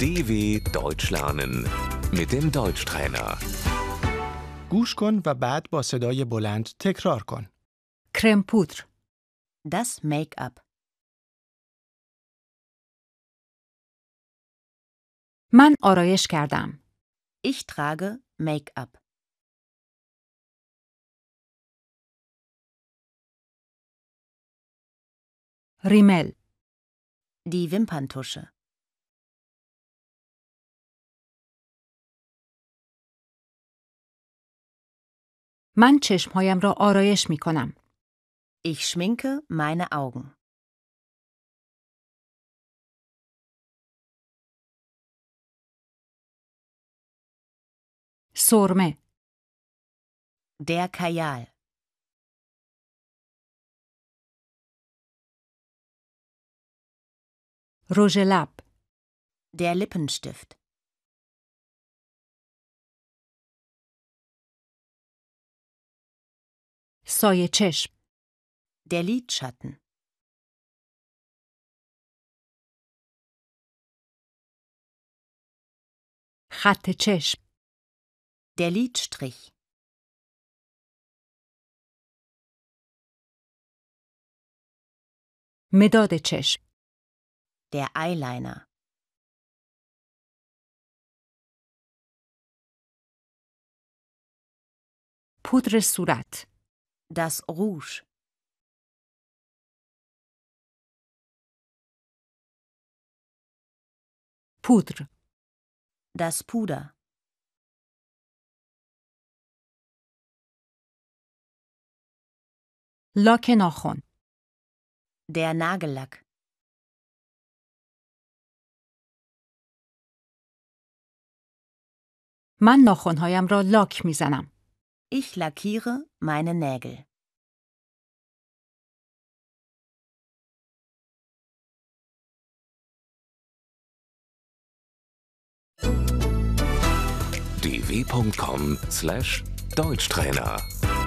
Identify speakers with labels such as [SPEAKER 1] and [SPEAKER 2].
[SPEAKER 1] DW Deutsch lernen mit dem Deutschtrainer.
[SPEAKER 2] گوش کن و بعد با صدای بلند تکرار کن.
[SPEAKER 3] کرم پودر
[SPEAKER 4] Das Make-up.
[SPEAKER 3] من آرایش کردم
[SPEAKER 4] Ich trage Make-up.
[SPEAKER 3] ریمل
[SPEAKER 4] Die Wimperntusche.
[SPEAKER 3] من چشمهایم را آرایش می کنم
[SPEAKER 4] Ich schminke meine Augen.
[SPEAKER 3] سرمه
[SPEAKER 4] Der Kajal.
[SPEAKER 3] رژ لب
[SPEAKER 4] Der Lippenstift.
[SPEAKER 3] سایه چشم
[SPEAKER 4] Der Lidschatten.
[SPEAKER 3] خط چشم
[SPEAKER 4] Der Lidstrich.
[SPEAKER 3] مداد چشم
[SPEAKER 4] Der Eyeliner.
[SPEAKER 3] پودر صورت
[SPEAKER 4] Das Rouge.
[SPEAKER 3] پودر
[SPEAKER 4] Das Puder.
[SPEAKER 3] لاک ناخن
[SPEAKER 4] Der Nagellack.
[SPEAKER 3] من ناخنهایم را لاک می زنم
[SPEAKER 4] Ich lackiere meine Nägel.
[SPEAKER 1] dw.com/deutschtrainer